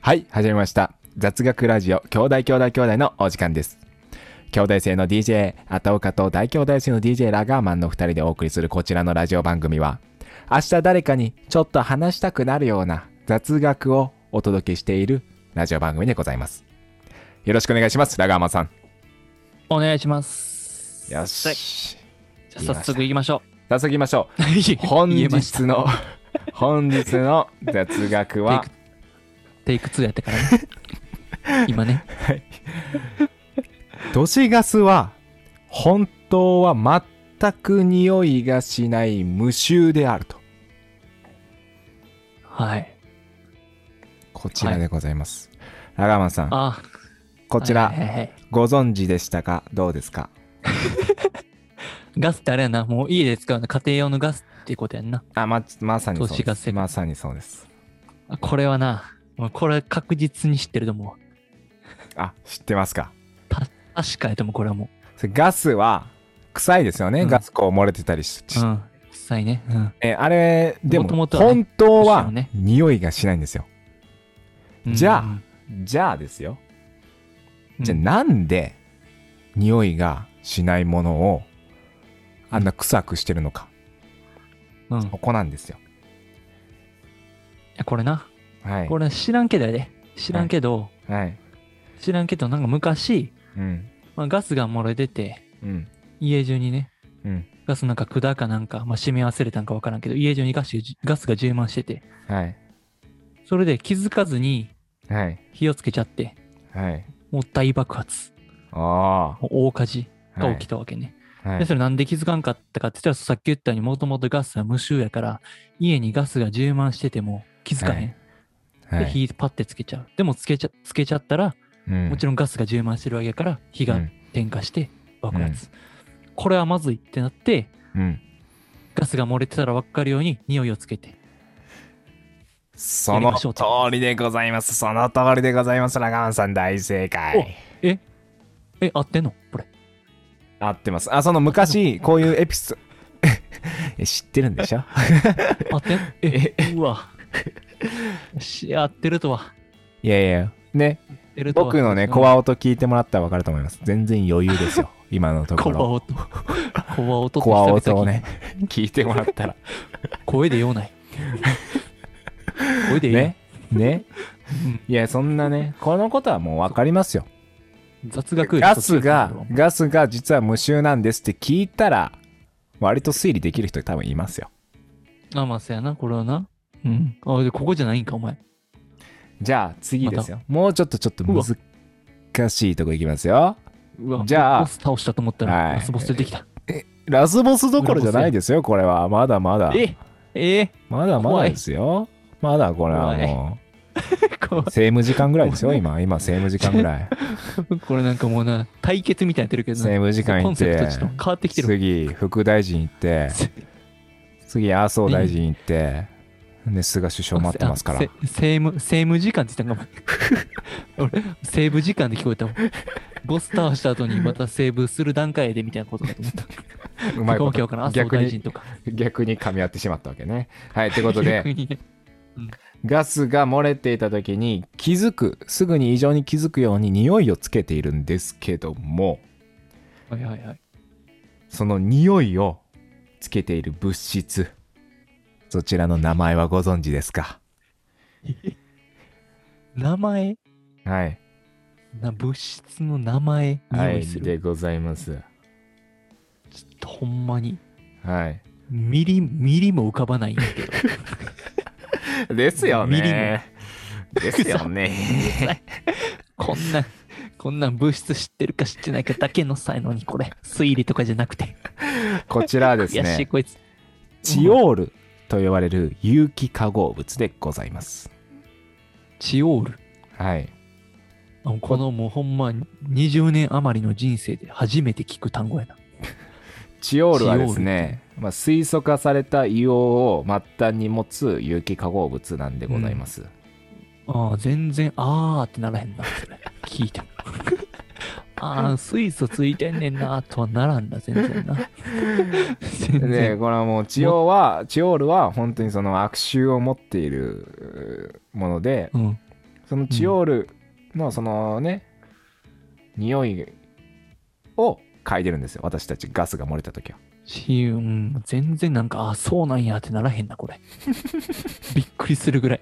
はい、始めました。雑学ラジオ、兄弟兄弟兄弟のお時間です。兄弟生の DJ、あたおかと大兄弟生の DJ ラガーマンの2人でお送りするこちらのラジオ番組は、明日誰かにちょっと話したくなるような雑学をお届けしているラジオ番組でございます。よろしくお願いします、ラガーマンさん。お願いします。よはしい。じゃあ早速行きましょ早速行きましょう。う。本 言えました日の、本日の雑学 は、テイク2やってからね。 今ね。都市ガスは本当は全く匂いがしない無臭であるとはい。こちらでございます、ラガーマンさんあ、こちはらいはいはいご存知でしたかどうですかガスってあれやな、もう家で使うの家庭用のガスっていうことやんな。あままさにそう都市でガすスまさにそうですあこれはな、もうこれ確実に知ってると思う。あ知ってますか確かやと思う、これはもそれガスは臭いですよね、うんガスこう漏れてたりし、う。うん。臭いね。うんえあれでも元々はね本当むしはろね匂いがしないんですようん。じゃあじゃあですようんじゃあなんで匂いがしないものをあんな臭くしてるのか、うん。いここなんですよ。やこれな、はい。これ知らんけどやで。知らんけど、はい。知らんけど、なんか昔、うん。まあ、ガスが漏れ出て、うん。家中にね、うん。ガスなんか管かなんか、まあ、締め忘れたんかわからんけど、家中にガスガスが充満してて、はい。それで気づかずにはい。火をつけちゃって、はい。もう大爆発、あもう大火事あ。が起きたわけね。た。はで、い。それなんで気づかんかったかって言ったら、さっき言ったようにもともとガスは無臭やから、家にガスが充満してても気づかへん。はで、い、火パッてつけちゃう。でもつけちゃつけちゃったら、うん、もちろんガスが充満してるわけやから、火うがん点火して爆発。これはまずいってなって、うん。ガスが漏れてたら分かるように匂いをつけて。その通りでございます。その通りでございます。ラガンさん大正解。え、合ってんのこれ。合ってます。あ、その昔、こういうエピソえ 知ってるんで しょ合ってんえ、うわ。し、合ってるとは。いやいや。ね、合ってるとは僕のね、コア音聞いてもらったら分かると思います。全然余裕 ですよ。今のとこコアろ。音。コア音ってコア久音々をね、聞いてもらった ら。聞いた声で言わない。声で言うね。ね。うんいや、そんなね、このことはもうわかりますよ。雑学よりガスがそっちの方、がガスが実は無臭なんですって聞いたら、割と推理できる人多分いますよ。あ、まあ、そうやな、これはな。うん。あ、で、ここじゃないんか、お前。じゃあ次ですよ。もうちょっとちょっと難しいとこいきますよ。うわ、じゃあボス倒したと思ったはら、いラスボス出てきた。ラスボスどころじゃないですよ、これは。まだまだ。ええまだまだですよ。まだこれはも 怖 う、政務時間ぐらいですよ、今。今、政務時間ぐらい。いこれなんかもうな、対決みたいになってるけど政務な。時間コ行ンっセプてトちょっと変わってきてる。次、副大臣行って、次、麻生大臣行って、で、菅首相待ってますからせ。せ政務、政務時間って言った んかも。俺、セーブ時間で聞こえたもん。ボス倒した後にまたセーブする段階でみたいなことだと思った。うまいこわけとわからん。麻生逆大に臣とか。逆に噛み合ってしまったわけね。はい、ということ 逆で、にねガスが漏れていた時に気づく、すぐに異常に気づくように匂いをつけているんですけども、はいはいはい。その匂いをつけている物質、そちらの名前はご存知ですか名前はい。な物質の名前は匂いい、すでる。ございます。ちょっとほんまに。はい。ミリ、ミリも浮かばないんだ けど。ですよミリね。ですよね。こんな、こんなん物質知ってるか知ってないかだけの才能にこれ。推理とかじゃなくて。こちらはです悔しいね、こいつ。チオールと呼ばれる有機化合物でございます。チオール。はい。あのこのもうほんま20年余りの人生で初めて聞く単語やな。チオールはですチオールね、まあ、水素化された硫黄を末端に持つ有機化合物なんでございます、ああ、全然、あーってならへんな、そ れ。聞いても。ああ、水素ついてんねんな、とはならんだ、全然な。全で然。これはもうチオはチオールは本当にその悪臭を持っているうーものでうん。そのチオールのそのね、匂いを嗅いでるんですよ私たちガスが漏れた時はし、うん、全然なんか、あ、そうなんやってならへんな、こ れ。びっくりする ぐらい。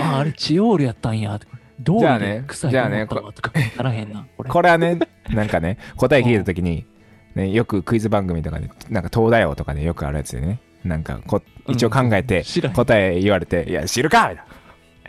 あ、あれ、チオールやったんや、とか。どうじゃあやね臭いじとゃあ思ねったわ、とか、ならへんな、こ れ。これはねなんかね答え聞いた時に、ね、よくクイズ番組とかでなんか東大王とかでよくあるやつでねなんかこ一応考えて知らへん答え言われて「いや知るか!」みたい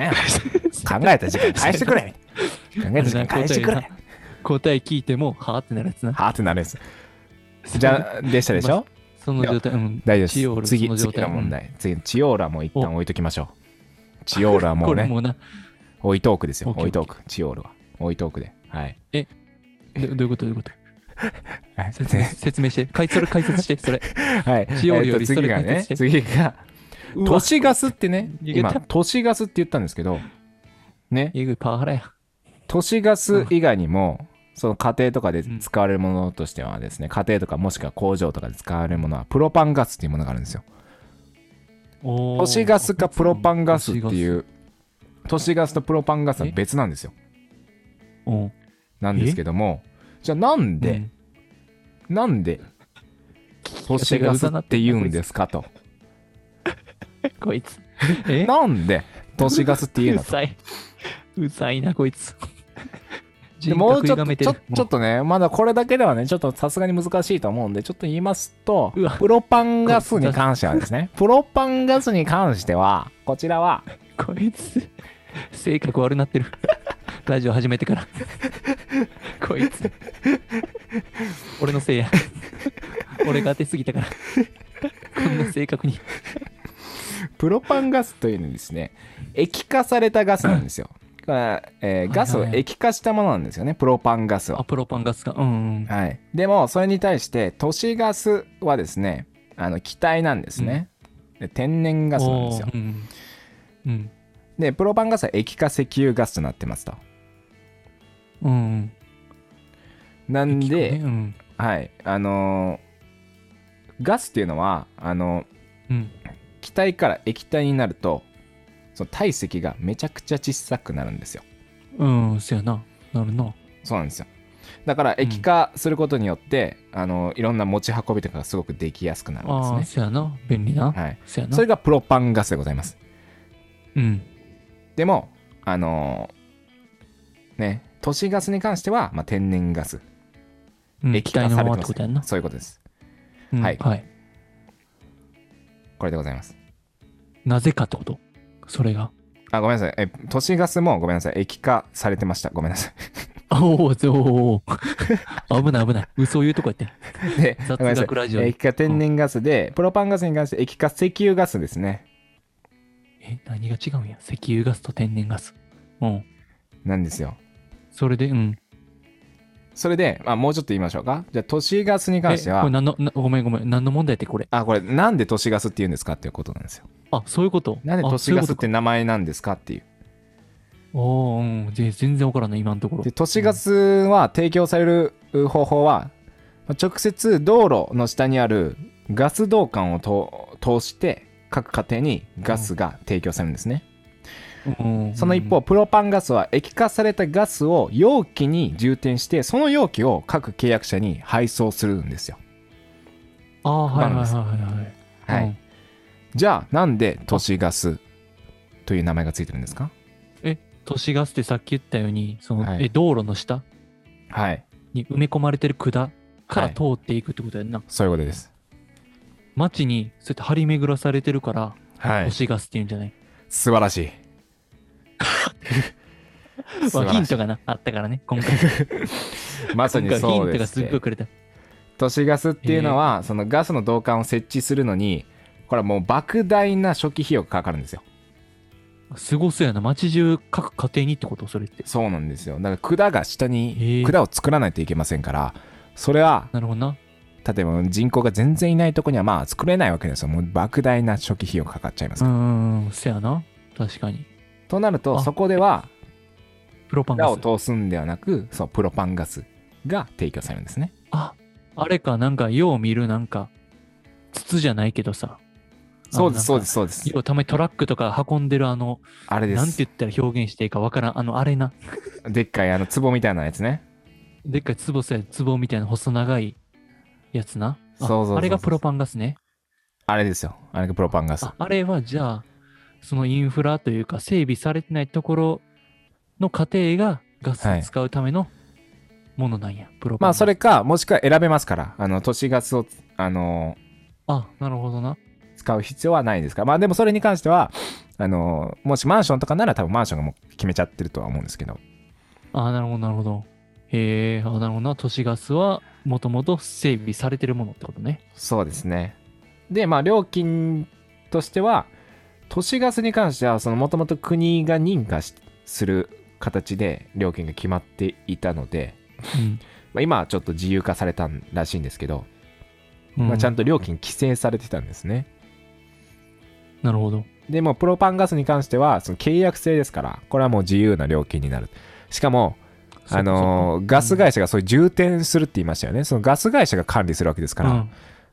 なえー「 考えた時間返してくれ!」みたいな「考えた時間返してくれ!」答え聞いても、はあってなるやつな。はあってなるんですじゃあでしたでしょその状態、うん。大丈チ夫オーでルす次その状次態の問題次チオーラも一旦置いときましょうチオーラはもこうれねもうな、置いとくですよオッケー置いとくチオールは置いとくではいどどういうことどういう ことはい説明説明して、かいそれ解説し て、それ。はいチオールよえっりと次がそれ解ね説次がうわ都市ガスってね、逃げた今、都市ガスって言ったんですけど、ね、えぐいパワハラや。都市ガス以外にも、その家庭とかで使われるものとしてはですね、家庭とかもしくは工場とかで使われるものは、プロパンガスっていうものがあるんですよ。都都市ガスかプロパンガスってういう、都市ガスとプロパンガスは別なんですよ。ん。なんですけども、じゃあなんうで、んなんで、都市ガスって言うんですかと。 こ いつ。えなんで、都市ガスって言う うのと。ざい。うざいな、こいつ。でもうちょっ人格と歪めてちるょちょっとね、まだこれだけではね、ちょっとさすがに難しいと思うんで、ちょっと言いますとうわ、プロパンガスに関してはですね、プロパンガスに関しては、こちらは、こいつ、性格悪なってる。ラジオ始めてから。こいつ。俺のせいや。俺が当てすぎたから。こんな性格に。プロパンガスというのはですね、液化されたガスなんですよ。これえーガスを液化したものなんですよね、プロパンガスあ、は。プロパンガスか。うんうん。はい。でも、それに対して、都市ガスはですね、あの、気体なんですね。で天然ガスなんですよおー。うんうん。で、プロパンガスは液化石油ガスとなってますと。うんうん。なんで、ねうん。はいあのーガスっていうのはあのうん。気体から液体になるとその体積がめちゃくちゃ小さくなるんですようん、そやな。なるな。そうなんですよだからん液化することによって、あのいろんな持ち運びとかがすごくできやすくなるあんあ、ですそやな。便利な。ねはいそやな。それがプロパンガスでございますうん。でもあのーね都市ガスに関しては、まあ、天然ガスうん液液化体のされままてまってことす、やんな。そういうことですうんはいはい。これでございますなぜかってことそれが。あごめんなさいえ都市ガスもごめんなさい液化されてましたごめんなさいあおお、そうおー 危ない危ない。嘘言うとこやって。で、雑ごめんなさい学ラジオ液化天然ガスで、プロパンガスに関して液化石油ガスですね。え、何が違うんや石油ガスと天然ガス。うん。なんですよ。それで、うん。それで、まあ、もうちょっと言いましょうか。じゃあ、都市ガスに関してえこはれ、何のなごめんごめん。何の問題やってこれ。あ、これ、なんで都市ガスって言うんですかっていうことなんですよ。あ、そういうこと。なんで都市ガスってあ。名前なんですかっていう。おおー、うん。ぜ全然わからんない、今のところで、。都市ガスは提供される方法は、まあ直接道路の下にあるガス導管をと通して、各家庭にガスが提供されるんですね。うんその一方、。プロパンガスは液化されたガスを容器に充填して、その容器を各契約者に配送するんですよ。ああ、はいはいなんはですいはいは。はいい。うんじゃあ、なんで都市ガスという名前がついてるんですか都市ガスってさっき言ったように、その、はいえ道路の下はい。に埋め込まれてる管かはらい通っていくってことやんな。そういうことです。街にそうやって張り巡らされてるから、は都。市ガスっていうんじゃない。素晴らしい。素晴まあヒらンしいトがな、あったからね、今回。まさ今に回ヒそうントでがすすね、っごいくれた。都市ガスっていうのは、そのガスの導管を設置するのに、これはもう莫大な初期費用がかかるんですよ。すごそうやな。街中各家庭にってことそれって。そうなんですよ。だから管が下へに、え管を作らないといけませんから、それはなるほどな。例えば人口が全然いないとこにはまあ作れないわけですよもう莫大な初期費用がかかっちゃいますうから、ん、うん、せやな。確かに。となるとあそこではプロパン裏ガをス。通すんではなくそうプロパンガスが提供されるんですねあ、あれか、なんか、よう見るなんか、筒じゃないけどさ、そうです、あそのうです、そうです。要はたまにトラックとか運んでるあの、あれでなんてす。言ったら表現していいかわからん、あの、あれな。でっかい、あの、壺みたいなやつね。でっかい壺さ、壺みたいな細長いやつな。そうそあうそうそうあれがプロパンガスね。あれですよ。あれがプロパンガス。ああれはじゃあ、そのインフラというか整備されてないところの過程がガスはをい使うためのものなんや、プロパンまガあ、ス。それか、もしくは選べますから、あの、都市ガスを、あのあ、なるほどな。ー使う必要はないですから。まあ、でもそれに関しては、あのーもしマンションとかなら多分マンションがもう決めちゃってるとは思うんですけど。あ、なるほど、なるほど。へえ、あ、なるほどな。都市ガスはもともと整備されてるものってことね。そうですね。で、まあ、料金としては、都市ガスに関しては、その、もともと国が認可しする形で料金が決まっていたので、 まあ、今はちょっと自由化されたらしいんですけど、うん。まあ、ちゃんと。と料金規制されてたんですね。なるほど。でもうプロパンガスに関してはその契約制ですからこれはもう自由な料金になるしかもあのーガス会社がそういう充填するって言いましたよねそのガス会社が管理するわけです社から、ま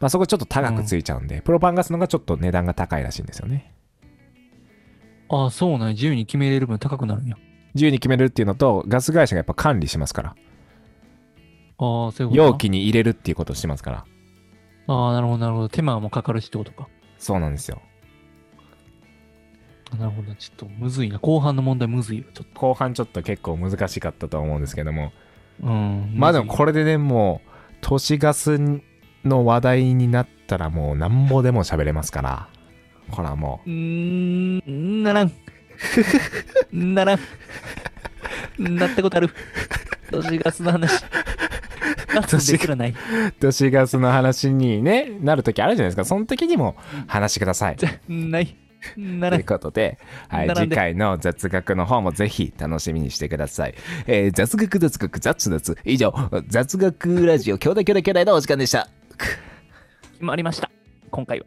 あ、そこちょっと高くついちゃうんで、プロパンガスの方がちょっと値段が高いらしいんですよねああ、そうなんや。自由に決めれる分高くなるんや。自由に決めれるっていうのとガス会社がやっぱ管理しますからああ、そういうことな容器に入れるっていうことをしてますからああ、なるほど、なるほど。手間もかかるしってことか。そうなんですよなるほど。ちょっとむずいな。後半の問題むずいよ。ちょっ後半ちょっと結構難しかったと思うんですけどもと。うん。まあでもむずいこれでねもう都市ガスの話題になったらもうなんぼでも喋れますからほらもううーん、ならん。ならん。なったことある。都市ガスの話。ガスですらない。都市ガスの話に、ね、なるときあるじゃないですか。その時にも話してください。とじゃない。ならいんう。ことで、はい、並ん次で回の雑学の方もぜひ楽しみにしてください。えー雑学雑学雑雑以上、雑学ラジオ兄弟兄弟兄弟のお時間でした。決まりました。今回は。